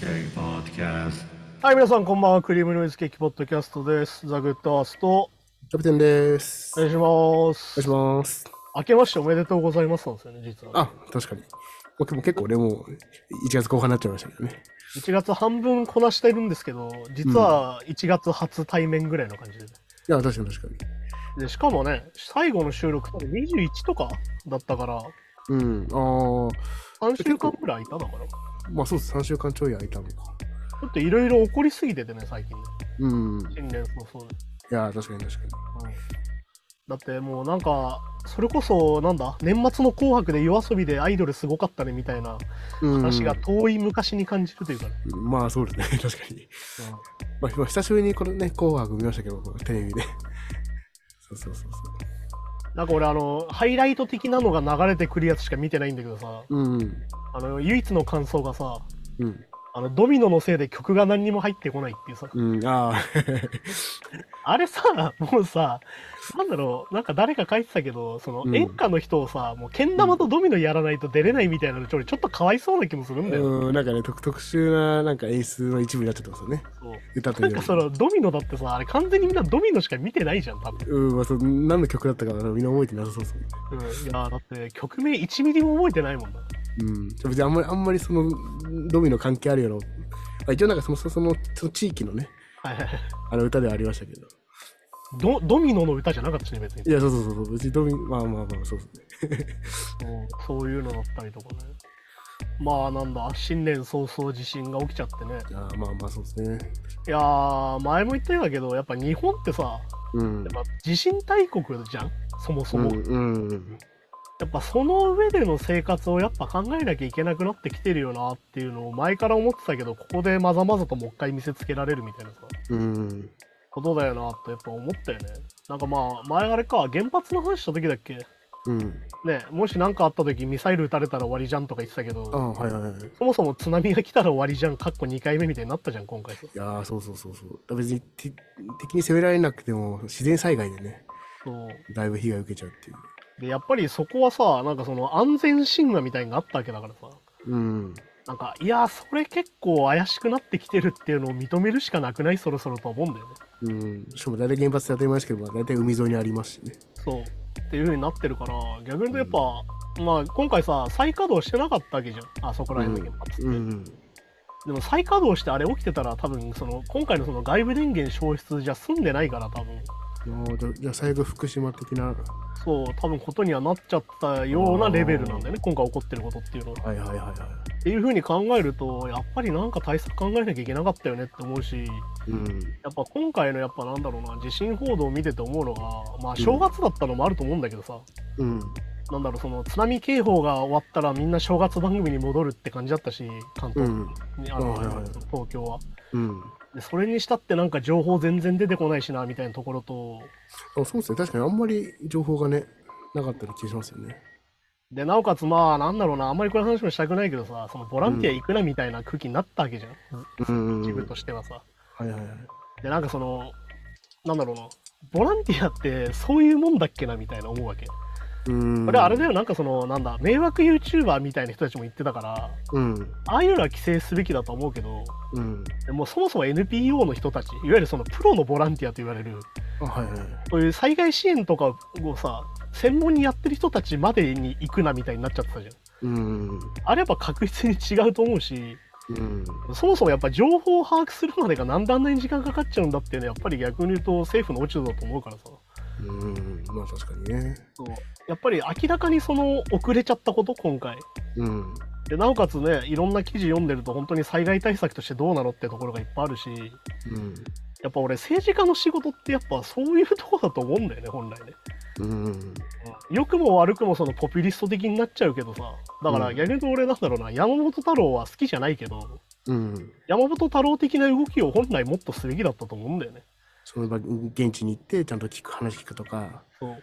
Cake Podcast. はい、皆さん、こんばんは。クリームノイズケーキポッドキャストです。ザ・グッドアースト、キャプテンです。おお願いします。願いします。明けましておめでとうございますなんですよね、実は。あ、確かに。僕も結構ね、もう1月後半になっちゃいましたけどね。 1月半分こなしてるんですけど、実は1月初対面ぐらいの感じで。いや、確かに確かで、しかもね、最後の収録って21とかだったから、に。うん。あ3週間ぐらい空いただから。ちあ、まあそうです。3週間ちょい空いたのか。ょっといろいろ起こりすぎててね、最近ね。うん。い新年もそうで。や、確かに確かうに。んだってもうなんか、それこそ、なんだ、年末の紅白で夜遊びでアイドルすごかったねみたいなうん。話が遠い昔に感じるというかね。まあそうですね。 確かに。まあまあ久しぶりにこのね、紅白見ましたけど、テレビで。そうそうそうなんか俺あのハイライト的なのが流れてくるやつしか見てないんだけどさそう。うん。あの唯一の感想がさうん。あのドミノのせいで曲が何にも入ってこないっていうさうん。ああ。あれさもうさなんだろうなんか誰か書いてたけどそのうん演歌の人をさ、もうけん玉とドミノやらないと出れないみたいなのちょちょっとかわいそうな気もするんだよ、 うん。なんかね、特特殊ななんか演出の一部になっちゃってますよね。そう歌といなうんよりかそのドミノだってさあれ完全にみんなドミノしか見てないじゃん多分、うん、まあそう、何の曲だったかみんな覚えてなさそうですもんね。うん、いやだって曲名1ミリも覚えてないもんなうん、別にあんまりあんまりそのドミノ関係あるような、まあ、一応なんかそのそそのその地域のねはいはいはいあの歌ではありましたけどドドミノの歌じゃなかったしね別にいやそうそうそうそう別にドミまあまあまあそうですねそういうのだったりとかね。まあなんだ、新年早々地震が起きちゃってね。あーまあまあそうですねいやー、前も言ったようだけど、やっぱ日本ってさ、やうんっぱ地震大国じゃん、そもそも。うんうんうんやっぱその上での生活をやっぱ考えなきゃいけなくなってきてるよなっていうのを前から思ってたけど、ここでまざまざともう一回見せつけられるみたいなさ、うんことだよなってやっぱ思ったよね。なんかまあ、前あれか、原発の話した時だっけうんね、もし何かあった時ミサイル撃たれたら終わりじゃんとか言ってたけど、ああーはいはいはいいそもそも津波が来たら終わりじゃん、かっこ2回目みたいになったじゃん、今回。やーそうそうそうそうだから別にて敵に攻められなくても自然災害でねそうだいぶ被害を受けちゃうっていうで、やっぱりそこはさ、なんかその安全神話みたいになったわけだからさ、うんなんか、いやー、それ結構怪しくなってきてるっていうのを認めるしかなくない、そろそろと思うんだよね。うんしかも大体原発で当たり前ですけど、まあ、大体海沿いにありますしねそう。っていう風になってるから、逆に言うとやっぱ、まあ今回さ、再稼働してなかったわけじゃん、あそこら辺の原発って。うんでも再稼働してあれ起きてたら、多分その今回のその外部電源消失じゃ済んでないから、多分うんいやーじゃあじゃあ最後福島的なそう、多分ことにはなっちゃったようなレベルなんだよね、今回起こってることっていうのは。はいはいはいはっていうふうに考えるとやっぱりなんか対策考えなきゃいけなかったよねって思うしい。うん。やっぱ今回のやっぱなんだろうな地震報道を見てて思うのがまあ正月だったのもあると思うんだけどさ、うん。なんだろうその津波警報が終わったらみんな正月番組に戻るって感じだったし関う東、ん。あのはいはいはい東京はうん。でそれにしたってなんか情報全然出てこないしなみたいなところとあそうですね。確かにあんまり情報がね、なかったような気がしますよね。でなおかつまあなんだろうなあんまりこういう話もしたくないけどさそのボランティア行くなみたいな空気になったわけじゃん、うん自分としてはさ、はいはいはい。でなんかそのなんだろうなボランティアってそういうもんだっけなみたいな思うわけうん。これあれだよなんかそのなんだ迷惑 YouTuber みたいな人たちも言ってたからうん。ああいうのは規制すべきだと思うけどうん。でもそもそも NPO の人たちいわゆるそのプロのボランティアと言われるあはいはい。そういう災害支援とかをさ専門にやってる人たちまでに行くなみたいになっちゃってたじゃんうん。あれやっぱ確実に違うと思うしうん。そもそもやっぱ情報を把握するまでがなんであんなに時間かかっちゃうんだっていうのはやっぱり逆に言うと政府の落ち度だと思うからさうん。まあ確かにね。そうやっぱり明らかにその遅れちゃったこと今回うん。でなおかつねいろんな記事読んでると本当に災害対策としてどうなのってところがいっぱいあるしやっぱ俺政治家の仕事ってやっぱそういうとこだと思うんだよね本来ねうん。うん。良くも悪くもそのポピュリスト的になっちゃうけどさだからうん逆に言うと俺なんだろうな山本太郎は好きじゃないけどうん。山本太郎的な動きを本来もっとすべきだったと思うんだよねその場、現地に行って、ちゃんと聞く、話聞くとか。そう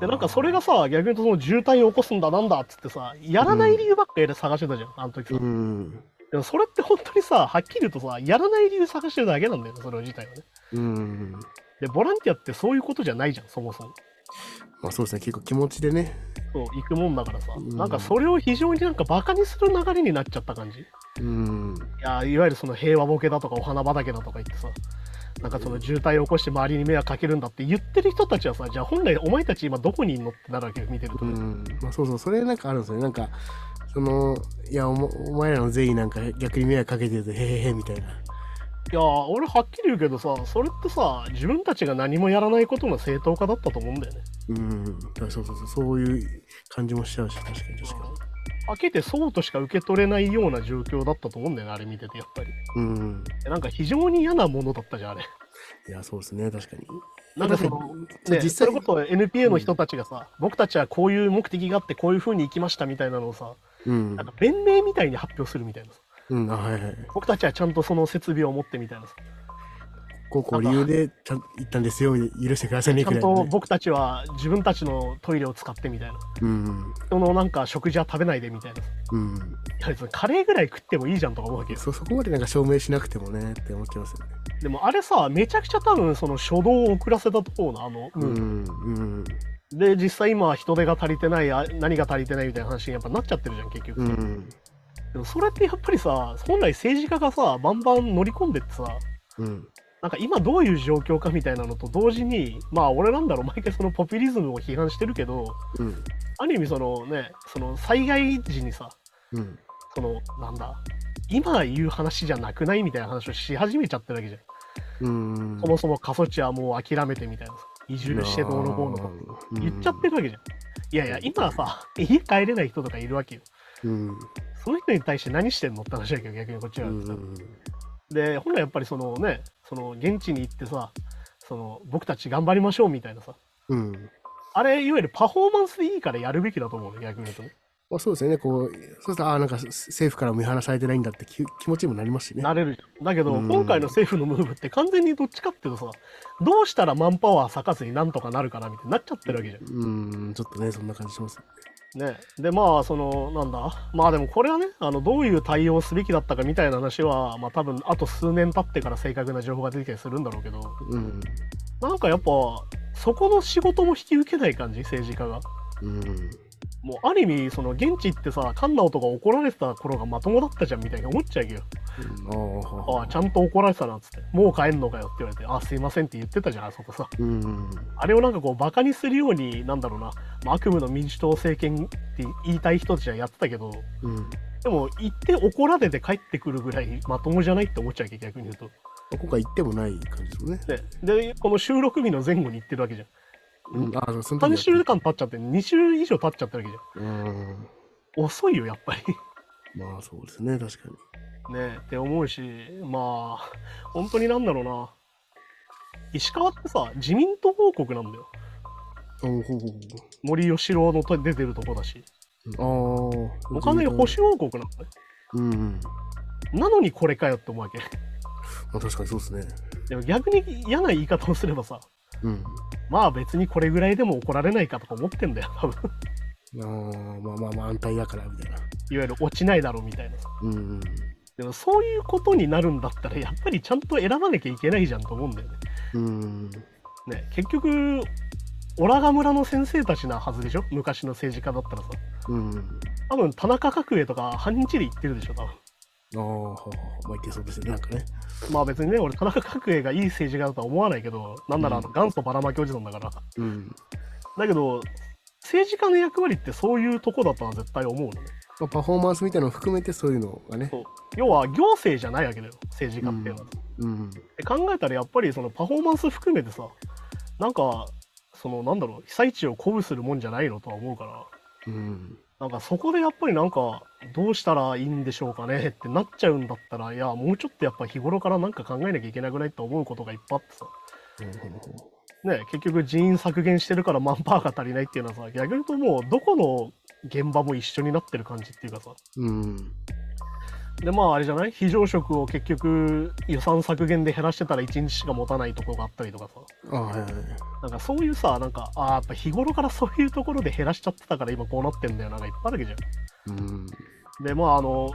でなんかそれが、さ逆に言うとその渋滞を起こすんだなんだっつってさやらない理由ばっかりで探してたじゃんあの時さうん。でもそれって本当にさ、はっきり言うとさ、やらない理由探してるだけなんだよね、それ自体はね。うん。で、ボランティアってそういうことじゃないじゃん、そもそも。まあそうですね。結構気持ちでね、そう行くもんだからさ、うんなんかそれを非常になんかバカにする流れになっちゃった感じいうん。やいわゆるその平和ボケだとかお花畑だとか言ってさなんかその渋滞を起こして周りに迷惑かけるんだって言ってる人たちはさじゃあ本来お前たち今どこにいんのってなるわけよ見てると、うん。まあそうそう、それなんかあるんですよね。なんか、その、いや、おもお前らの善意なんか逆に迷惑かけてて、へへへみたいな。いや俺はっきり言うけどさそれってさ自分たちが何もやらないことの正当化だったと思うんだよねうん。だからそうそうそう、そういう感じもしちゃうし、確かに確かに。開けてそうとしか受け取れないような状況だったと思うんだよねあれ見ててやっぱりうん。なんか非常に嫌なものだったじゃんあれいや、そうですね、確かに。なんかそのねね、実そ際れこそ NPA の人たちがさ、僕たちはこういう目的があってこういうふうに行きましたみたいなのをさ、うんなんか弁明みたいに発表するみたいなさうん、あはいはい。僕たちはちゃんとその設備を持ってみたいなさこうこう理由でちゃん言ったんですよ、許してくださいねちゃくらんいのとね。僕たちは自分たちのトイレを使ってみたいなうん、人のなんか食事は食べないでみたいなさうん。いや別にカレーぐらい食ってもいいじゃんとか思うわけですそ、そこまでなんか証明しなくてもねって思っちゃいますよね。でもあれさめちゃくちゃ多分その初動を遅らせたとこうなあの、うん、うん、で実際今は人手が足りてないあ何が足りてないみたいな話にやっぱなっちゃってるじゃん結局、うん、でもそれってやっぱりさ本来政治家がさバンバン乗り込んでってさうん、なんか今どういう状況かみたいなのと同時にまあ俺なんだろう毎回そのポピュリズムを批判してるけどうん、ある意味そのねその災害時にさうん。そのなんだ今言う話じゃなくないみたいな話をし始めちゃってるわけじゃん、うん、そもそも過疎地はもう諦めてみたいなさ移住してどうのこうのとかうん言っちゃってるわけじゃん、いやいや今はさ家帰れない人とかいるわけようん、その人に対して何してんのって話だけど逆にこっちうは、ん、で本来やっぱりそのねその現地に行ってさその僕たち頑張りましょうみたいなさうん。あれいわゆるパフォーマンスでいいからやるべきだと思うね逆に言うとねまあ、そうですよね、こう、そうすると、ああ、なんか政府から見放されてないんだってき気持ちにもなりますしね。なれるじゃんだけどうん今回の政府のムーブって完全にどっちかっていうとさどうしたらマンパワー割かずになんとかなるかなみたいになっちゃってるわけじゃうん、ちょっとね、そんな感じします。んねでまあそのなんだまあでもこれはねあのどういう対応をすべきだったかみたいな話はまあ多分あと数年経ってから正確な情報が出てきたりするんだろうけどうん、なんかやっぱそこの仕事も引き受けない感じ政治家がうん。もうある意味その現地行ってさカンナオとか怒られてた頃がまともだったじゃんみたいに思っちゃうけどああちゃんと怒られてたなっつってもう帰んのかよって言われてああすいませんって言ってたじゃんあそこさうん、あれをなんかこうバカにするようになんだろうな、まあ、悪夢の民主党政権って言いたい人たちはやってたけどうん。でも行って怒られて帰ってくるぐらいまともじゃないって思っちゃうけど逆に言うまあ今回行ってもない感じですもんね。とででこの収録日の前後に行ってるわけじゃんうん、ああ、その時3週間経っちゃって2週以上経っちゃってるわけじうん。ゃん遅いよやっぱりまあそうですね、確かに。ねって思うしまあ本当になんだろうな石川ってさ自民党報国なんだよおほうほ森喜朗のと出てるとこだしうほう。ああ。他の保守王国なんだようんうん。まなのにこれかよって思うわけあ確かにそうですね。でも逆に嫌な言い方をすればさうん。まあ別にこれぐらいでも怒られないかとか思ってんだよ多分ああ、まあまあまあ安泰だからみたいいな。わゆる落ちないだろうみたいなさうんうん。でもそういうことになるんだったらやっぱりちゃんと選ばなきゃいけないじゃんと思うんだよねうん。ね結局オラが村の先生たちなはずでしょ昔の政治家だったらさうん。多分田中角栄とか半日で行ってるでしょ多分ああ、はあ、まあいけそうですね、なんかね。まあ別にね俺田中角栄がいい政治家だとは思わないけどなんならあのうん元祖ばらまきおじさんだから、うん。だけど政治家の役割ってそういうとこだとは絶対思うのねまあパフォーマンスみたいなのを含めてそういうのがね。要は行政じゃないわけだよ政治家っていうのは、うん。で考えたらやっぱりそのパフォーマンス含めてさなんかそのなんだろう被災地を鼓舞するもんじゃないのとは思うからうん。なんかそこでやっぱりなんかどうしたらいいんでしょうかねってなっちゃうんだったらいやもうちょっとやっぱ日頃からなんか考えなきゃいけなくないって思うことがいっぱいあってさね、結局人員削減してるからマンパワーが足りないっていうのはさ逆に言うともうどこの現場も一緒になってる感じっていうかさうん。でまああれじゃない非常食を結局予算削減で減らしてたら1日しか持たないところがあったりとかさああ、はいはい。なんかそういうさなんかあーやっぱ日頃からそういうところで減らしちゃってたから今こうなってんだよなんかいっぱいあるわけじうん。ゃん。でまああの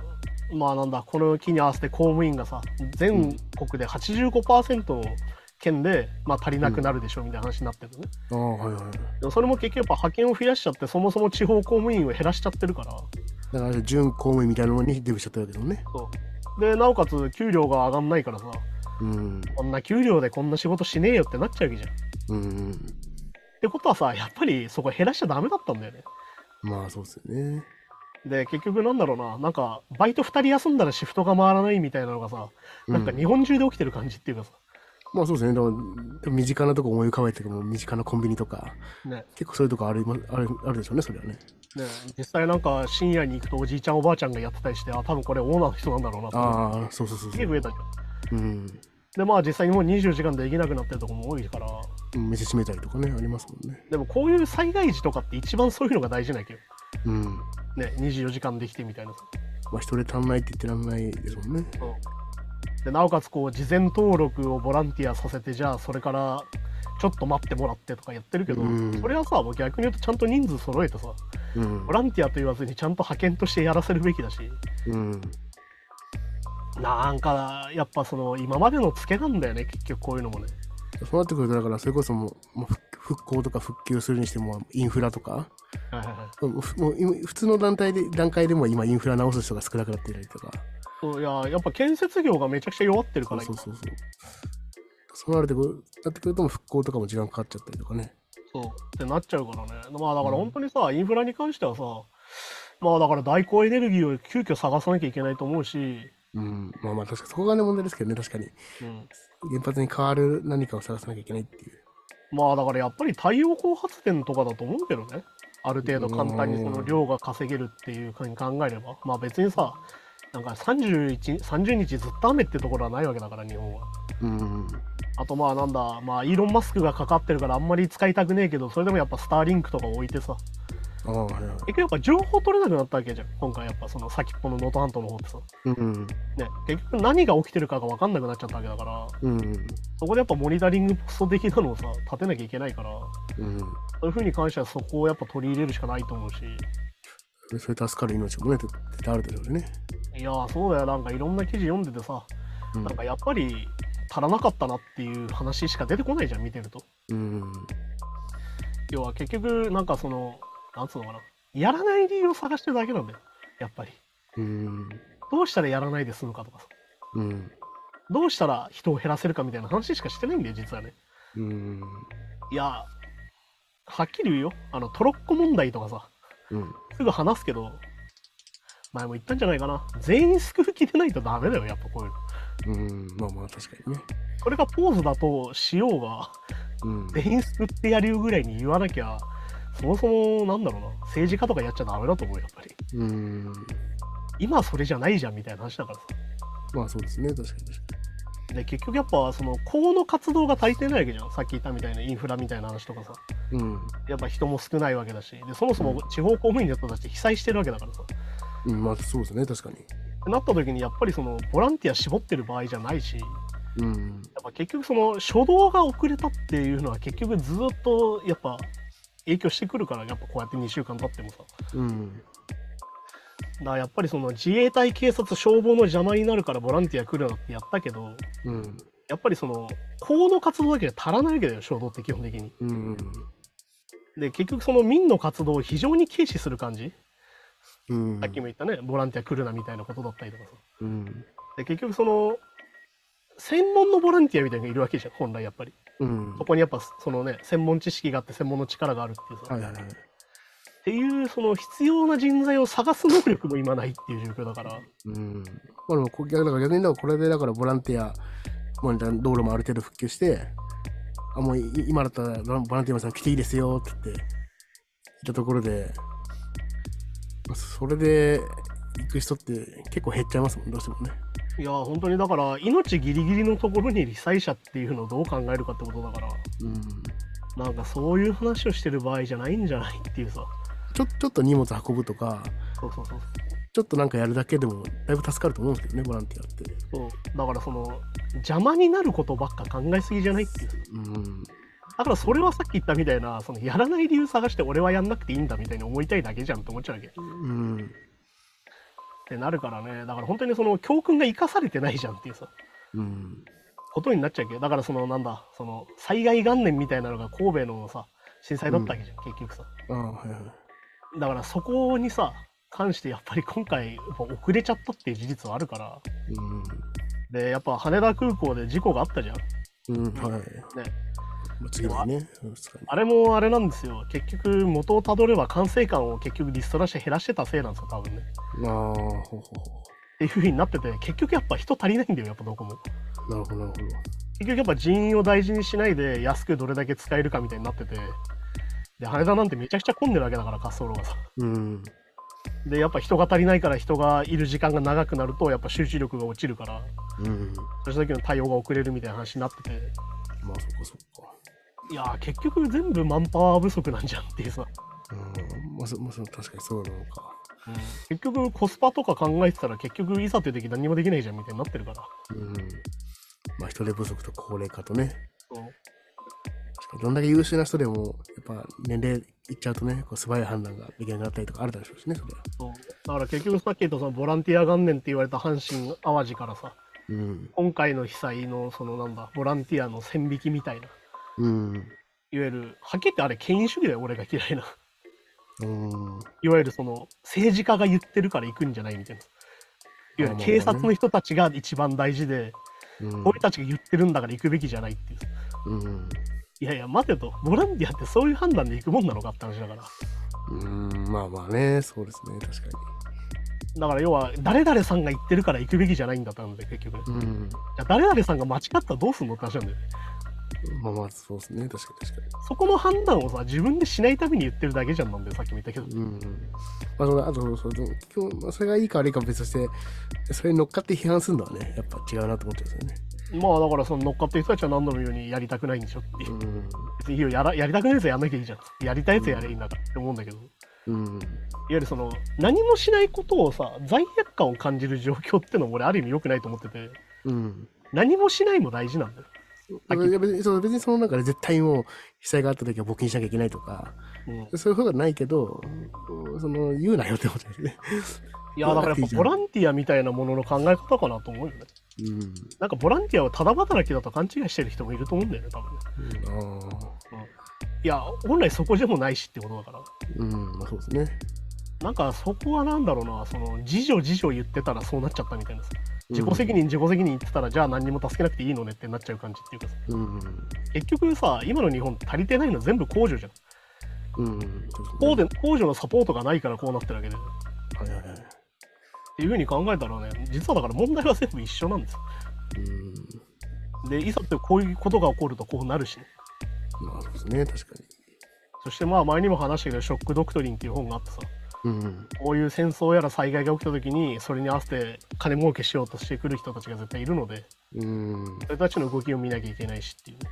まあなんだこの機に合わせて公務員がさ全国で85%件で、まあ、足りなくなるでしょうみたいな話になってるのね、ああ、はいはい。でもそれも結局やっぱ派遣を増やしちゃってそもそも地方公務員を減らしちゃってるからだから、準公務員みたいなのにデブしちゃったわけだもんね。そうでなおかつ給料が上がんないからさうん。こんな給料でこんな仕事しねえよってなっちゃうわけじゃんっうん。てことはさやっぱりそこ減らしちゃダメだったんだよねまあ、そうですよね。で結局なんだろうななんかバイト2人休んだらシフトが回らないみたいなのがさなんかう日本中で起きてる感じっていうかさ、まあそうですね。でも、でも身近なとこ思い浮かべても、身近なコンビニとか、ね結構そういうとこある、まある、あるでしょうね、それはね。ね実際なんか深夜に行くとおじいちゃんおばあちゃんがやってたりしてあ多分これオーナーの人なんだろうなってああ、そうそうそすうそげえう。増えたじゃんうん。でまあ実際にもう24時間できなくなってるとこも多いから店閉めたりとかね、ありますもんね。でもこういう災害時とかって一番そういうのが大事なわけよ、うん。ね、24時間できてみたいなまあ人手足んないって言ってらんないですもんね。でなおかつこう事前登録をボランティアさせてじゃあそれからちょっと待ってもらってとかやってるけど、うんそれはさもう逆に言うとちゃんと人数揃えてさうんボ。ランティアと言わずにちゃんと派遣としてやらせるべきだしうん。なんかやっぱその今までのツケなんだよね結局こういうのもねそうなってくると、だから、それこそもう、もう復復興とか復旧するにしても、インフラとか、はいはいはいもうふもう今普通の団体で、段階でも今、インフラ直す人が少なくなっていたりとか。そういややっぱ建設業がめちゃくちゃ弱ってるかそらうそう今そうそう。そうなるとこうなってくると、もう復興とかも時間かかっちゃったりとかね。そうってなっちゃうからねまあだから本当にさ、インフラに関してはさまあだから代行エネルギーを急遽探さなきゃいけないと思うし、うん、まあまあ確かにそこがね問題ですけどね確かにうん、原発に代わる何かを探さなきゃいけないっていうまあだからやっぱり太陽光発電とかだと思うけどねある程度簡単にその量が稼げるっていうふうに考えればまあ別にさなんか31 30日ずっと雨ってところはないわけだから日本はうんあとまあなんだまあイーロン・マスクがかかってるからあんまり使いたくねえけどそれでもやっぱスターリンクとか置いてさああはいはい結局やっぱ情報取れなくなったわけじゃん今回やっぱその先っぽの能登半島の方ってさうんね結局何が起きてるかが分かんなくなっちゃったわけだからうんそこでやっぱモニタリングポスト的なのをさ立てなきゃいけないからうんそういうふうに関してはそこをやっぱ取り入れるしかないと思うしでそれ助かる命もね絶絶対あるでしょうしねいやーそうだよなんかいろんな記事読んでてさ、うんなんかやっぱり足らなかったなっていう話しか出てこないじゃん見てるとうん要は結局なんかそのなんつうのかなやらない理由を探してるだけなんだよやっぱりうんどうしたらやらないで済むかとかさうんどうしたら人を減らせるかみたいな話しかしてないんだよ実はねうんいやはっきり言うよあのトロッコ問題とかさうんすぐ話すけど前も言ったんじゃないかな全員救う気でないとダメだよやっぱこういうのうんまあまあ確かにねこれがポーズだとしようが うん全員救ってやるよぐらいに言わなきゃそもそもなんだろうな政治家とかやっちゃダメだと思うよやっぱりうん今それじゃないじゃんみたいな話だからさまあそうですね確かに確かで結局やっぱその公の活動が足りてないわけじゃんさっき言ったみたいなインフラみたいな話とかさにうんやっぱ人も少ないわけだしでそもそも地方公務員の人たち被災してるわけだからさってうんまあそうですね確かになった時にやっぱりそのボランティア絞ってる場合じゃないしやうんっぱ結局その初動が遅れたっていうのは結局ずっとやっぱ影響してくるからやっぱこうやって2週間経ってもさうんだからやっぱりその自衛隊警察消防の邪魔になるからボランティア来るなってやったけどうんやっぱりその公の活動だけじゃ足らないわけだよ衝動って基本的にうんで結局その民の活動を非常に軽視する感じ、うんさっきも言ったねボランティア来るなみたいなことだったりとかさうんで結局その専門のボランティアみたいなのがいるわけじゃん本来やっぱりうんそこにやっぱそのね専門知識があって専門の力があるっていうさ、はいはいはいっていうその必要な人材を探す能力も今ないっていう状況だからうん。まあでもこ、だから逆にだからこれでだからボランティア、まあ、道路もある程度復旧して、あもうい今だったらボラボランティアさん来ていいですよって言って、いたところで、まあそれで行く人って結構減っちゃいますもん、どうしてもね。いやー本当にだから命ギリギリのところに被災者っていうのをどう考えるかってことだからうん。なんかそういう話をしてる場合じゃないんじゃないっていうさちょちょっと荷物運ぶとか、そうそうそうちょっとなんかやるだけでもだいぶ助かると思うんですけどね、ボランティアって。そうだからその邪魔になることばっか考えすぎじゃないっていううん。だからそれはさっき言ったみたいなそのやらない理由探して俺はやんなくていいんだみたいに思いたいだけじゃんって思っちゃうわけっうん。てなるからねだから本当にその教訓が生かされてないじゃんっていうさうん。ことになっちゃうけどだからそのなんだその災害元年みたいなのが神戸のさ震災だったわけじゃん、結局さああ、はいはい。だからそこにさ関してやっぱり今回やっぱ遅れちゃったっていう事実はあるからうん。でやっぱ羽田空港で事故があったじゃんうん、はい。まあ、次の日ね。うん二日にあれもあれなんですよ結局元をたどれば管制官を結局リストラして減らしてたせいなんですよ多分ねああ、ほうほうほっていう風になってて結局やっぱ人足りないんだよやっぱどこもう。なるほど、なる結局やっぱ人員を大事にしないで安くどれだけ使えるかみたいになっててで羽田なんてめちゃくちゃ混んでるわけだから滑走路がさほど。うん。でやっぱ人が足りないから人がいる時間が長くなるとやっぱ集中力が落ちるからうん。そうした時の対応が遅れるみたいな話になっててまあ、そっかそっか。いやー結局全部マンパワー不足なんじゃんっていうさうんまあ、そまあ、そ確かにそうなのか。結局コスパとか考えてたら結局いざという時何もできないじゃんみたいになってるからうん。まあ、人手不足と高齢化とね。そう確かにどんだけ優秀な人でも、やっぱ年齢いっちゃうとね、こう素早い判断ができなくなったりとかあるでしょうしね、それは。そうだから結局さっき言ったそのボランティア元年って言われた阪神・淡路からさうん。今回の被災のそのなんだボランティアの線引きみたいなうん。いわゆるはっきり言ってあれ権威主義だよ俺が嫌いな うん。いわゆるその政治家が言ってるから行くんじゃないみたいないわゆる警察の人たちが一番大事で、うん。俺たちが言ってるんだから行くべきじゃないっていううん。いやいや待てとボランティアってそういう判断で行くもんなのかって話だからうん。まあまあね、そうですね、確かだから要は誰々さんが言ってるから行くべきじゃないんだったんで結局ねに。うん。じゃあ誰々さんが間違ったらどうすんのって話なんだよねまあまあ、そうですね、確かに確かに。そこの判断をさ自分でしないために言ってるだけじゃんなんだよさっきも言ったけどうんまあ、そのあとその今日、まあ、それがいいか悪いかは別としてそれに乗っかって批判するのはねやっぱ違うなと思っちゃうんですまあだからその乗っかってる人たちは何度も言うようにやりたくないんでしょっていうよね別にいいよやらやりたくないやつはやんなきゃいいじゃんやりたいやつはやればいいんだからって思うんだけどいわうんうんゆるその何もしないことをさ罪悪感を感じる状況ってのも俺ある意味良くないと思っててうん何もしないも大事なんだよ、いや別にそう別にその中で絶対もう被災があった時は募金しなきゃいけないとかうん、いそういうことはないけどうんその言うなよってことですね。やだからやっぱボランティアみたいなものの考え方かなと思うよねうんなんかボランティアをただ働きだと勘違いしてる人もいると思うんだよね多分ねうんああいや本来そこでもないしってことだからうんまあそうですね。なんかそこはなんだろうなその自助自助言ってたらそうなっちゃったみたいなさ自己責任自己責任言ってたらじゃあ何にも助けなくていいのねってなっちゃう感じっていうかさうん結局さ今の日本足りてないの全部公助じゃんうん公でで公助のサポートがないからこうなってるわけでっすねはいはいはいていうふうに考えたらね実はだから問題は全部一緒なんですようんでいざってこういうことが起こるとこうなるしねまあそうですね確かそしてまあ前にも話したけど「ショック・ドクトリン」っていう本があってさに。うんこういう戦争やら災害が起きた時にそれに合わせて金儲けしようとしてくる人たちが絶対いるのでうんそれたちの動きを見なきゃいけないしっていうね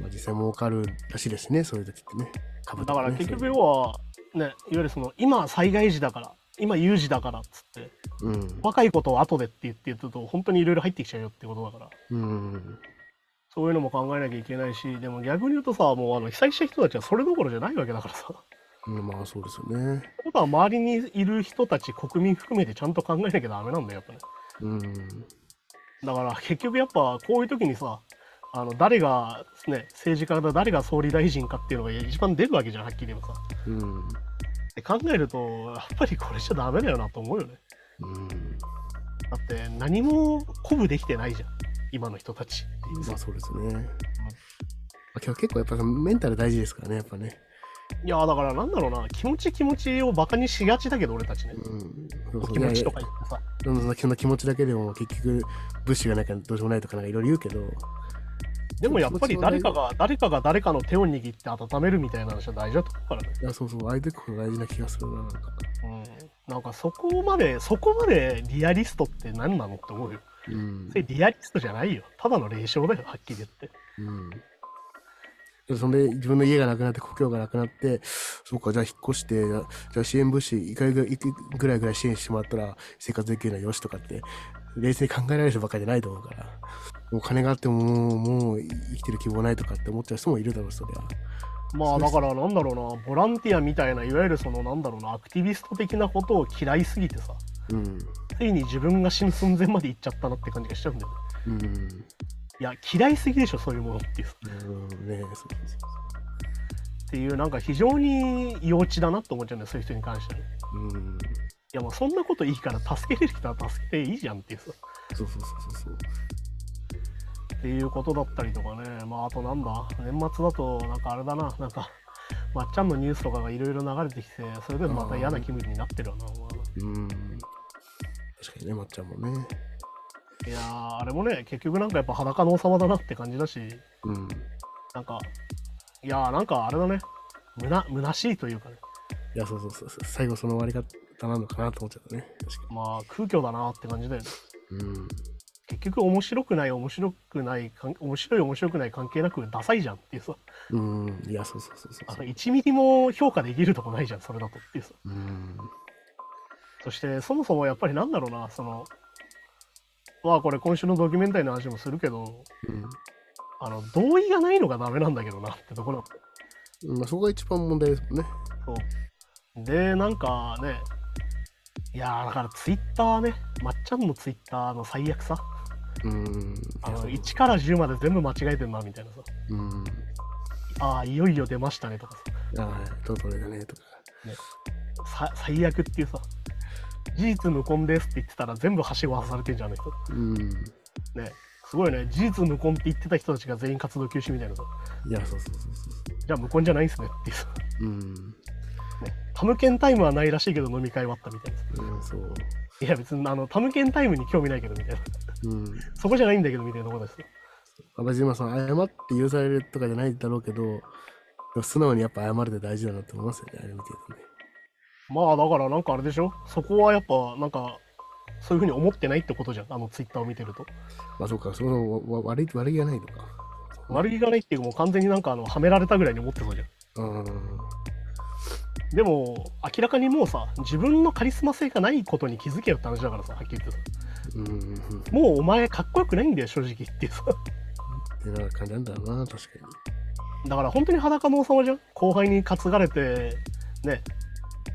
まあ、実際儲かるらしいですね、そういう時ってね。株だとからね結局要、はねいわゆるその今災害時だから今有事だからっつってそういうの若いことを後でって言って言うと本当にいろいろ入ってきちゃうよってことだからうん。うん。そういうのも考えなきゃいけないしでも逆に言うとさもうあの被災した人たちはそれどころじゃないわけだからさ。うんまあそうですよね。ってことは周りにいる人たち国民含めてちゃんと考えなきゃダメなんだよやっぱねうん。だから結局やっぱこういう時にさあの誰が、ね、政治家だ誰が総理大臣かっていうのが一番出るわけじゃんはっきり言えばさ。うん。で考えるとやっぱりこれじゃダメだよなと思うよね。うん。だって何も鼓舞できてないじゃん今の人たちっていうまさあそうですね。まあ、今日結構やっぱそのメンタル大事ですからね、やっぱね。いやだからなんだろうな気持ち気持ちをバカにしがちだけど俺たちねうん。そうそう気持ちといかやいや言ってさそのその気持ちだけでも結局、物資がなんかどうしようもないとかなんかいろいろ言うけど、でもやっぱり誰か気持ちが誰かが誰かの手を握って温めるみたいな話は大事だと思うからねいやそうそう、ああいう時こそ大事な気がするな、なんか。うんなんかそこまでそこまでリアリストって何なのって思うようんそ。れリアリストじゃないよただの霊障だよはっきり言ってうん。でそれで自分の家がなくなって故郷がなくなってそうかじゃあ引っ越してじゃあ支援物資いくらぐらいいくぐらいぐらい支援してもらったら生活できるのはよしとかって冷静に考えられる人ばっかりじゃないと思うからもう金があってももうもう生きてる希望ないとかって思っちゃう人もいるだろうしそりゃまそあうでだすからなんだろうなボランティアみたいないわゆるそのなんだろうなアクティビスト的なことを嫌いすぎてさうんついに自分が死ぬ寸前まで行っちゃったなって感じがしちゃうんだよねうんいや嫌いすぎでしょそういうものっていうっうんねそうそうそていうなんか非常に幼稚だなって思っちゃうんだよそういう人に関してはいううんやもうそんなこといいから助けれる人は助けていいじゃんっていうさそうそうそうそうそうっていうことだったりとかね、まあ、あとなんだ、年末だと、なんかあれだな、なんか、まっちゃんのニュースとかがいろいろ流れてきて、それでまた嫌な気分になってるわな、お前うん確かにねまっちゃんもねいやー、あれもね、結局なんかやっぱ裸の王様だなって感じだし、うんなんか、いやー、なんかあれだね、むな、虚しいというかね、いやそうそうそうそう最後その終わり方なのかなと思っちゃったね確かまあ、空虚だなって感じだよね。にうん結局面白くない面白くないかん面白い面白くない関係なくダサいじゃんっていうさうん、いや、そうそうそうそうあそのう。 1ミリも評価できるとこないじゃんそれだとっていうさうん、そしてそもそもやっぱりなんだろうなそのまあこれ今週のドキュメンタリーの話もするけどあの同意がないのがダメなんだけどなってところうん。まあ、そこが一番問題ですもんね。そうでなんかねいやーだからツイッターはねまっちゃんのツイッターの最悪さうん。あいのや1から10まで全部間違えてんなみたいなさそううん。ああいよいよ出ましたねとかあはい、とうとうだね、とか。ささ最悪っていうさ事実無根ですって言ってたら全部はしご外されてんじゃねえかうん。ねすごいね事実無根って言ってた人たちが全員活動休止みたいなさいや、そうそうそうそじゃあ無根じゃないんすねっていうさう。うん。タムケンタイムはないらしいけど飲み会はあったみたいな。うん、そう。いや別にあのタムケンタイムに興味ないけどみたいな。うん。そこじゃないんだけどみたいなとこですよ。安島さん、謝って許されるとかじゃないだろうけど、でも素直にやっぱ謝るって大事だなって思いますよね、あれ見てるとね。まあだからなんかあれでしょそこはやっぱなんかそういうふうに思ってないってことじゃん。あのツイッターを見てると。まあ、そうか、そのわわ悪い、悪気がないのか。悪気がないっていうかもう完全になんかあのはめられたぐらいに思ってそうじゃん。うん。でも明らかにもうさ自分のカリスマ性がないことに気づけよって話だからさはっきり言ってさうん。っもうお前かっこよくないんだよ正直言ってさ てな感じなんだろうな、確かだから本当に裸の王様じゃん後輩に担がれてね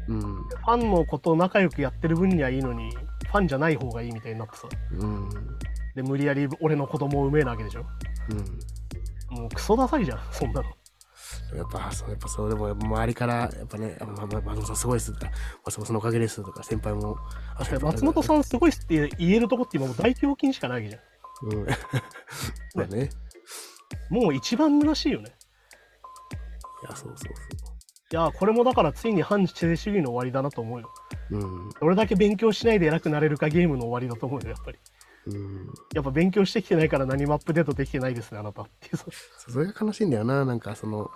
に。うん。ファンのことを仲良くやってる分にはいいのに、ファンじゃない方がいいみたいになってさ。うん。で、無理やり俺の子供を産めなわけでしょ。うん。もうクソダサいじゃん、そんなの。やっぱそう、やっぱそう、でも周りから、やっぱね、あまあまあ松本さんすごいですとか、松本さんのおかげですとか、先輩も、あだって松本さんすごいっすって言えるとこって今もう大胸筋しかないわけじゃん。ん。うん。ま あね。いもう一番虚しいよね。や、そうそういやー、これもだからついに反知性主義の終わりだなと思うよ。そう。うん。どれだけ勉強しないで偉くなれるかゲームの終わりだと思うよ、やっぱり。うん。やっぱ勉強してきてないから何もアップデートできてないですね、あなたっていうさ。そそれが悲しいんだよな、なんかその、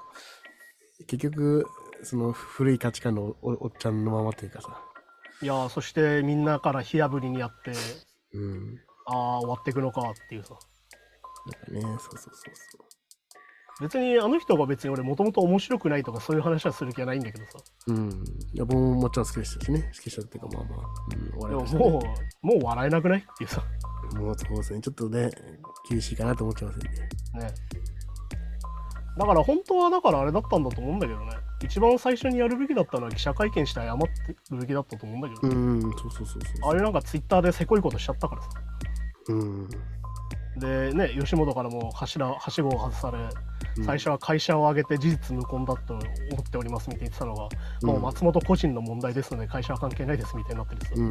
結局、その古い価値観のおおっちゃんのままというかさ。いやー、そしてみんなから火あぶりにやって、うん。ああ、終わっていくのかっていうさ。なんかね、そうそうそうそ別にあの人が別に俺もともと面白くないとかそういう話はする気はないんだけどさう。うん。いや、僕ももちろん好きでしたしね。好きでしたっていうか、まあまあ、うん、おで笑いもでしたねもうもう笑えなくないっていうさもうそうですね。ちょっとね、厳しいかなと思っちゃいますよね。ねだから本当はだからあれだったんだと思うんだけどね一番最初にやるべきだったのは記者会見して謝ってるべきだったと思うんだけど、うん、そうそうそうそうそう。あれなんかツイッターでせこいことしちゃったからさうん。でね吉本からも柱はしごを外され最初は会社を挙げて事実無根だと思っておりますみたいに言ってたのが、うんもう松本個人の問題ですので会社は関係ないですみたいになってるさ、うん。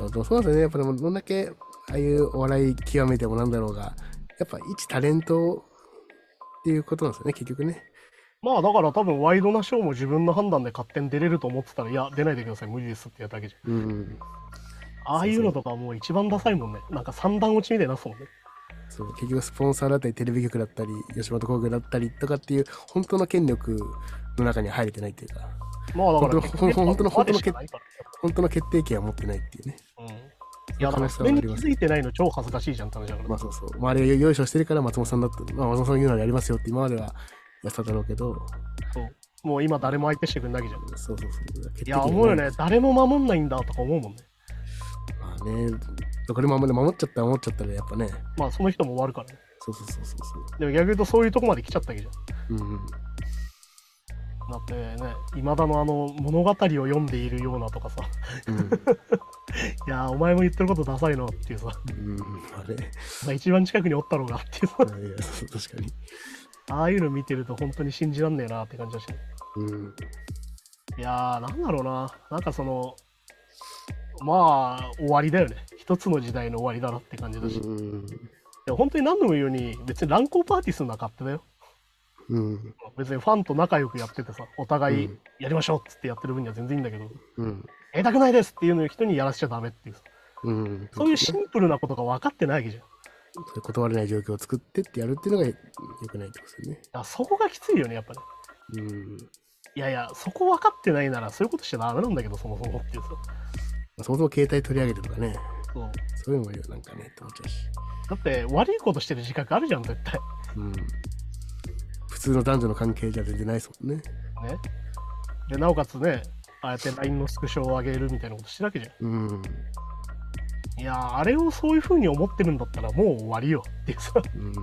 うん。でもそうなんですよね。やっぱでも、どんだけ、ああいうお笑い極めてもなんだろうが、やっぱ一タレントっていうことなんですよね、結局ね。まあだから多分ワイドなショーも自分の判断で勝手に出れると思ってたらいや出ないでください無理ですってやったわけじうん。ゃんああいうのとかはもう一番ダサいもんねなんか三段落ちみたいになすもんねそう、結局スポンサーだったり、テレビ局だったり、吉本興業だったりとかっていう、本当の権力の中に入れてないっていうか、まあだから本当の結局本当のやっぱ本当我のしかないか本当の決定権は持ってないっていうね。らねうんいやだから可それ能性はに気ありますづいてないの超恥ずかしいじゃんって話だから、まあそうそう。周りがよいしょしてるから、松本さんだって、まあ松本さんが言うならやりますよって今まではやってただろうけど、そうもう今誰も相手してくんないわけじゃんいそうそうそう。決定権やがな思うよね誰も守んないんだとか思うもんねまあね、どこでもあんまり守っちゃったら守っちゃったらやっぱね、まあその人も終わるからねそうそうそうそうでも逆に言うとそういうとこまで来ちゃったわけじゃんそう。うんうん。だってね今田のあの物語を読んでいるようなとかさうん、いやーお前も言ってることダサいなっていうさ、うん、あれ。いまあ、一番近くにおったろうがっていう さ、やそう確かに。ああいうの見てると本当に信じらんねえなって感じだし、うん。いやー、なんだろうな、なんかその、まあ、終わりだよね。一つの時代の終わりだなって感じだし、いうん。や本当に何度も言うように、別に乱行パーティーするのは勝手だよ。うん。別にファンと仲良くやっててさ、お互ういんやりましょうっつってやってる分には全然いいんだけど、うん。やりたくないですっていうのを人にやらせちゃダメっていうさ、うん。そういうシンプルなことが分かってないわけじゃん。い断れない状況を作ってってやるっていうのが良くないってことですよね。やそこがきついよね、やっぱね。うん。まいやいや、そこ分かってないなら、そういうことしちゃダメなんだけど、そもそもっていうさ。あそもそも携帯取り上げてとかね、そうそういうのもいるよなんかね、って思っちゃうし。だって、悪いことしてる自覚あるじゃん、絶対。うん。普通の男女の関係じゃ全然ないですもんね。ね。で、なおかつね、ああやって LINE のスクショを上げるみたいなことしてるわけじゃうん。ん。いやー、あれをそういう風に思ってるんだったらもう終わりよっていうさ。 うん。そう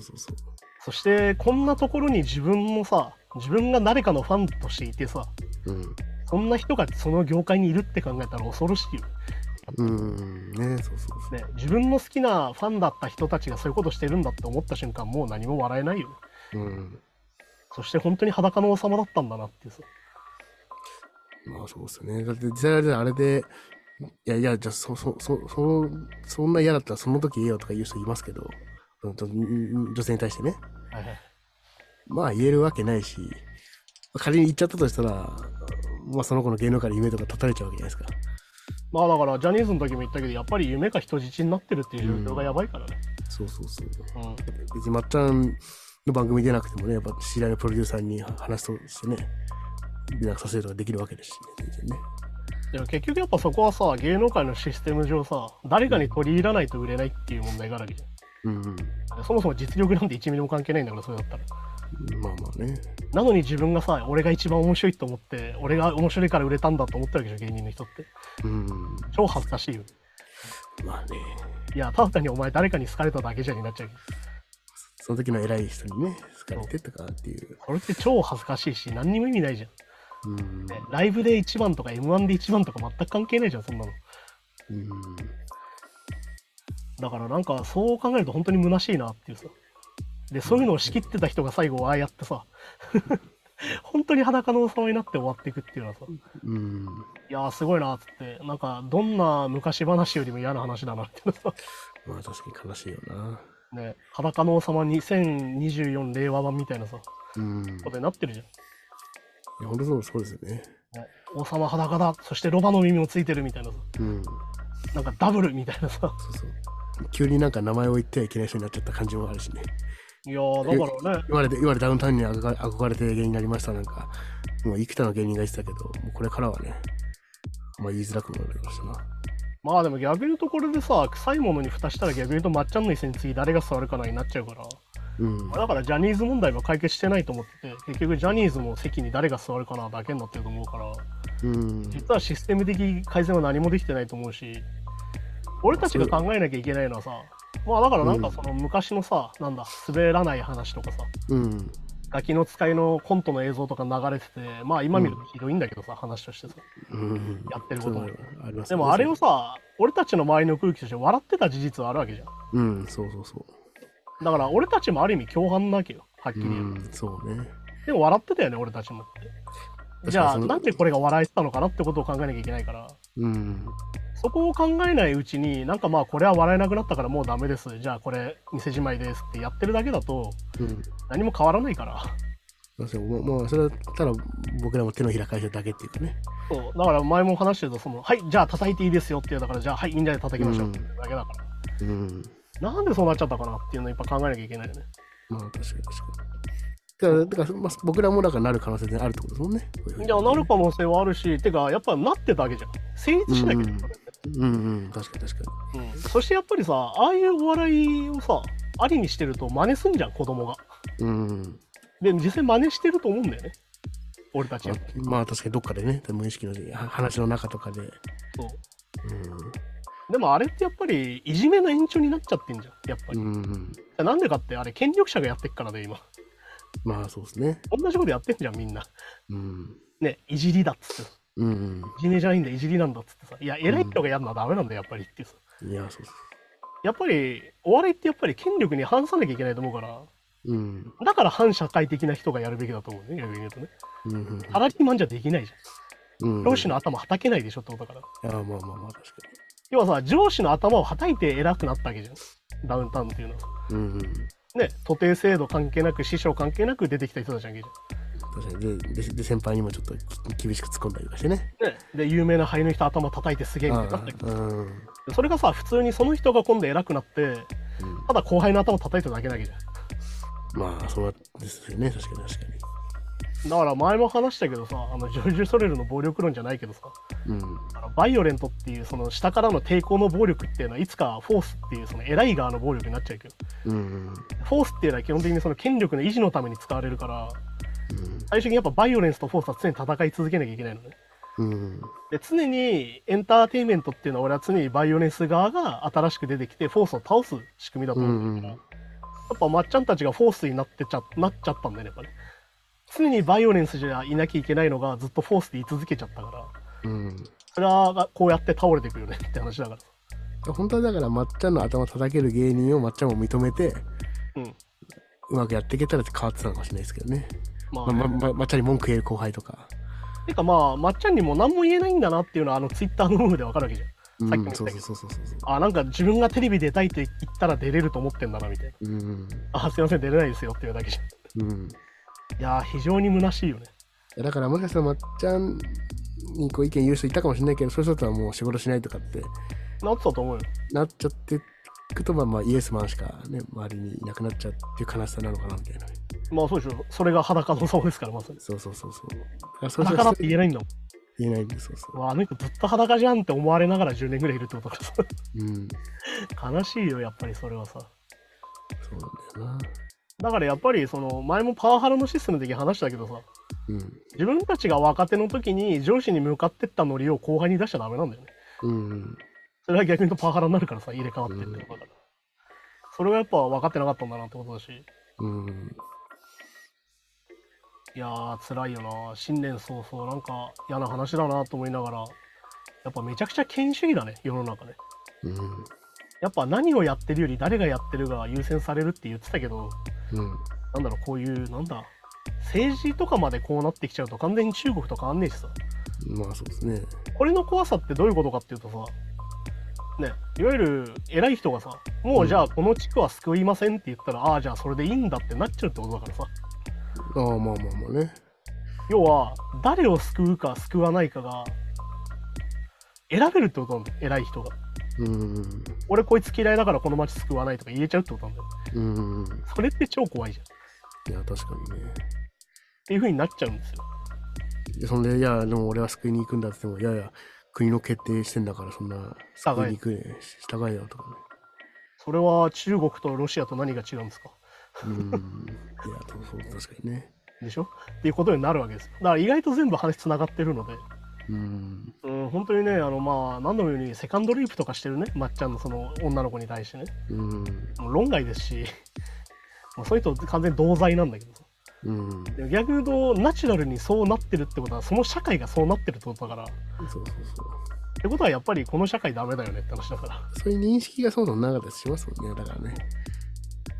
そうそう。そして、こんなところに自分もさ、自分が誰かのファンとしていてさ、うん。そんな人がその業界にいるって考えたら恐ろしいよ。うん。ね、そうそうそう。ね、自分の好きなファンだった人たちがそういうことしてるんだって思った瞬間、もう何も笑えないよね。うん。そして本当に裸の王様だったんだなっていうさ。まあそうですよね。だって実際あれあれで、いやいや、じゃあそ、そ、そ、そ、そんな嫌だったらその時言えよとか言う人いますけど、うんとうん女性に対してね。はいはいまあ言えるわけないし、仮に言っちゃったとしたら、まあその子の芸能界の夢とか立たれちゃうわけじゃないですか。まあだから、ジャニーズの時も言ったけど、やっぱり夢が人質になってるっていう状況がやばいからね。そうそうそう。うん別にまっちゃんの番組出なくてもね、やっぱ知り合いのプロデューサーに話そうしてね、連絡させるとかできるわけですしね、全然ね。でも結局やっぱそこはさ芸能界のシステム上さ誰かに取り入らないと売れないっていう問題があるわけじうん、うん。ゃんそもそも実力なんて1ミリも関係ないんだからそれだったらまあまあね。なのに自分がさ俺が一番面白いと思って俺が面白いから売れたんだと思ってるわけじゃん芸人の人ってうん。超恥ずかしいよまあね。いやただ単にお前誰かに好かれただけじゃんになっちゃうけどその時の偉い人にね、好かれてとかっていう。それって超恥ずかしいし何にも意味ないじゃん、うん。ねライブで1番とか m 1で1番とか全く関係ないじゃんそんなのうん。だからなんかそう考えると本当に虚しいなっていうさでそういうのを仕切ってた人が最後ああやってさ 本当に裸の王様になって終わっていくっていうのはさいうん。やーすごいなーっつってなんかどんな昔話よりも嫌な話だなっていうのさ、まあ確かに悲しいよな。ね、裸の王様2024令和版みたいなさうん。いことになってるじゃん、や本当そうそうですよね。ね王様裸だそしてロバの耳もついてるみたいなさうん。なんかダブルみたいなさそうそう。急になんか名前を言ってはいけない人になっちゃった感じもあるしね。いやーだからね言われて、言われダウンタウンに憧れ憧れて芸人になりましたなんか、もう幾多の芸人が言ってたけど、もうこれからはね、まあ言いづらくもなりましたな。まあでも逆に言うとこれでさ臭いものに蓋したら逆に言うとまっちゃんの椅子に次誰が座るかなになっちゃうからうんまあ。だからジャニーズ問題は解決してないと思ってて結局ジャニーズの席に誰が座るかなだけになってると思うからうん。実はシステム的改善は何もできてないと思うし俺たちが考えなきゃいけないのはさまあだからなんかその昔のさ、なんだ滑らない話とかさうん。ガキの使いのコントの映像とか流れててまあ今見るとひどいんだけどさ、話としてさうん。やってることもそうありますでねもあれをさ俺たちの周りの空気として笑ってた事実はあるわけじゃんうん、そうそうそだから俺たちもある意味共犯なわけよはっきう。りう言えばん、そうね。でも笑ってたよね、俺たちもって。じゃあ、確かにそのなんでこれが笑えてたのかなってことを考えなきゃいけないから、うん。そこを考えないうちに、なんかまあ、これは笑えなくなったからもうダメです、じゃあこれ、店じまいですってやってるだけだと、うん。何も変わらないから。確かに、まあまあ、それだったら僕らも手のひら返しただけっていうかね。そうだから前も話してたその、はい、じゃあ叩いていいですよって言うだから、じゃあ、はい、いいんじゃない叩きましょうっていうだけだから。うん。なんでそうなっちゃったかなっていうのをやっぱ考えなきゃいけないよね。まあ、確かに確かに。だから、だからまあ、僕らもなんかなる可能性全然あるってことですもんね。こういうふうにいや、なる可能性はあるし、てか、やっぱなってたわけじゃん。成立しなきゃいけない。うんうん、確かに確かうん、そしてやっぱりさああいうお笑いをさありにしてると真似すんじゃん子供がに。うん。で実際真似してると思うんだよね俺たちはまあ、まあ確かにどっかでね、無意識のは話の中とかで。うん。そうでもあれってやっぱりいじめの延長になっちゃってんじゃんやっぱり、うん。なんでかってあれ権力者がやってっからで今まあそうですね。同じことやってんじゃんみんなうん。ねいじりだっつってううんいじめじゃないんだいじりなんだっつってさいや偉い人がやるのはダメなんだよやっぱりっていうさうん。いや、そうそやっぱりお笑いってやっぱり権力に反さなきゃいけないと思うからう。うん。だから反社会的な人がやるべきだと思うね逆に言うとねうんうんサラリーマンじゃできないじうん。うゃんん上司の頭はたけないでしょってことだからいや、まあまあまあ、確か要はさ上司の頭をはたいて偉くなったわけじゃんダウンタウンっていうのはに。うんうん。ね徒弟制度関係なく師匠関係なく出てきた人たちじゃんけじ確かに。で、で、で先輩にもちょっとき厳しく突っ込んだりとかしてね。ゃんねで有名な俳優の人頭叩いてすげえみたいになったけどうん。うんそれがさ普通にその人が今度偉くなってただ後輩の頭叩いてるだけだけじゃんまあ、そうですよね。確かに確かだから前も話したけどさあのジョージ・ソレルの暴力論じゃないけどさに。うん。あのバイオレントっていうその下からの抵抗の暴力っていうのはいつかフォースっていうその偉い側の暴力になっちゃうけどうんうん。フォースっていうのは基本的にその権力の維持のために使われるからうん最終的にやっぱバイオレンスとフォースは常に戦い続けなきゃいけないのねうん。で常にエンターテインメントっていうのは俺は常にバイオレンス側が新しく出てきてフォースを倒す仕組みだとう思う、やんうん。っぱまっちゃんたちがフォースになってちゃなっちゃったんだよねやっぱね常にバイオレンスじゃいなきゃいけないのがずっとフォースで言い続けちゃったからうん。それはこうやって倒れてくよねって話だから本当はだから、まっちゃんの頭叩ける芸人をまっちゃんも認めて、うんうまくやっていけたらって変わってたのかもしれないですけどね。まあ、ま、ま、ま、まっちゃんに文句言える後輩とか。てかまあまっちゃんにも何も言えないんだなっていうのはあのツイッターのムーブでわかるわけじゃんうさっきもん、言ったそうけそうどそうそうそう。あなんか自分がテレビ出たいって言ったら出れると思ってんだなみたいなうん。あすいません出れないですよっていうだけじゃんうん。いやー非常に虚しいよねだから、もしかしたらまっちゃんにこう意見言う人いたかもしれないけど、そういう人とはもう仕事しないとかってなってたと思うよなっちゃってくと、まあまあ、イエスマンしかね、周りにいなくなっちゃうっていう悲しさなのかなみたいな。まあそうでしょそれが裸の様ですからまさにそうそうそうそう。だからそういう裸だって言え人ないんだもん言えないんで、そうそうわあの人ずっと裸じゃんって思われながら10年ぐらいいるってことだかう。うん。らさ 悲しいよやっぱりそれはさそうなんだよな。だからやっぱりその前もパワハラのシステム的に話したけどさうん。自分たちが若手の時に上司に向かってったノリを後輩に出しちゃダメなんだよねうん。それは逆に言うとパワハラになるからさ入れ替わってってことだから、それがやっぱ分かってなかったんだなってことだしうん。いやー辛いよな新年早々なんか嫌な話だなと思いながらやっぱめちゃくちゃ権威主義だね世の中ねうん。やっぱ何をやってるより誰がやってるが優先されるって言ってたけどうん。なんだろうこういうなんだ政治とかまでこうなってきちゃうと完全に中国と変わんねえしさまあそうですね。これの怖さってどういうことかっていうとさねいわゆる偉い人がさもうじゃあこの地区は救いませんって言ったら、ああじゃあそれでいいんだってなっちゃうってことだからさああまあまあまあね。要は誰を救うか救わないかが選べるってことなんだよ偉い人がうん。俺こいつ嫌いだからこの町救わないとか言えちゃうってことなんだようん。それって超怖いじゃんっいや、確かにね。ていう風になっちゃうんですよでそんで、いや、でも俺は救いに行くんだって言っても、いやいや、国の決定してんだから、そんな、従え救いに行くね。従えよとかね。それは中国とロシアと何が違うんですかうん。いや、そうそう、確かにね。でしょっていうことになるわけですよだから意外と全部話つながってるのでうん。うん、本当にね、あのまあ、何度も言うように、セカンドリープとかしてるね、まっちゃんのその女の子に対してね、うん。もう論外ですし、 もうそういう人、完全に同罪なんだけどさ、うん。でも逆に言うと、ナチュラルにそうなってるってことは、その社会がそうなってるってことだから、っそうそうそう。てことはやっぱりこの社会ダメだよねって話だから、そういう認識がそもそもなかったりしますもんね。だからね。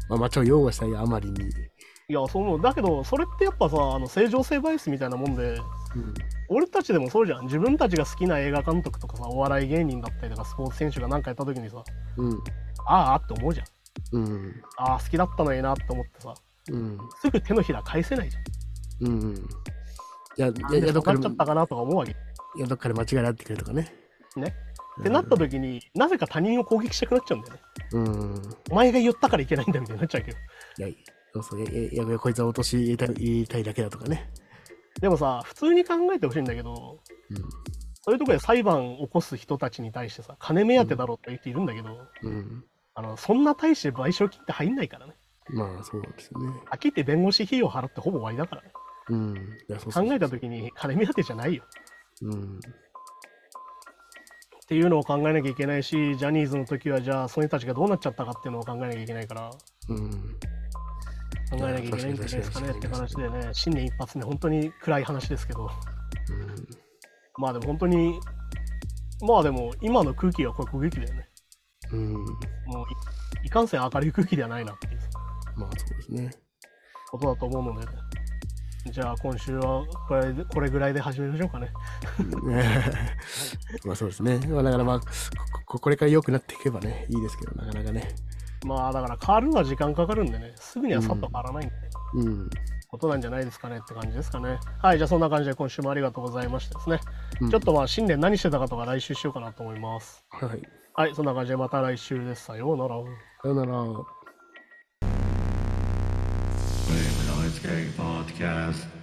まあ、まあ、ちょ、擁護したいあまりに。いや、そう思う、だけど、それってやっぱさ、あの正常性バイアスみたいなもんで、うん。俺たちでもそうじゃん、自分たちが好きな映画監督とかさ、お笑い芸人だったりとか、スポーツ選手が何かやった時にさ、うん。あああって思うじゃん、うん。ああ、好きだったのになって思ってさ、うん。すぐ手のひら返せないじゃん。うん。いや、いなや、んいやでどそうなっかっでちゃったかなとか思うわけ。いや、どっかで間違いなってくるとかね。ね。ってなった時に、なぜか他人を攻撃したくなっちゃうんだよね。うん。お前が言ったからいけないんだみたいになっちゃうけど。いや、そうそう、いや、いやいやべえ、こいつは落とし入れたい入れたいだけだとかね。でもさ、普通に考えてほしいんだけど、そういうところで裁判を起こす人たちに対してさ、金目当てだろうって言っているんだけど、うん。うん。あのそんな大して賠償金って入んないからね。まあ、そうなんですよね。はっきり言って弁護士費用払ってほぼ終わりだからね。うん。いや、そうそう考えた時に金目当てじゃないよ。うっん。ていうのを考えなきゃいけないし、ジャニーズの時はじゃあ、その人たちがどうなっちゃったかっていうのを考えなきゃいけないから、うん。考えなきゃいけないんじゃないですかねって話でね、新年一発目、本当に暗い話ですけど。まあでも本当に、まあでも今の空気がこれ空気だよね。うん。もういいかんせん明るい空気ではないなっていうまあそうですね。 ことだと思うので、じゃあ今週はこれでこれぐらいで始めましょうかね。まあそうですね。まあだからまあ、こここれから良くなっていけばね、いいですけど、なかなかね。まあだから変わるのは時間かかるんでね、すぐにはさっと変わらないんで、うん。ことなんじゃないですかねって感じですかね。はい、じゃあそんな感じで今週もありがとうございましたですね。うんちょっとまあ新年何してたかとか来週しようかなと思います。はい。はい、そんな感じでまた来週です。さようなら。さよなら。 Boom Podcast.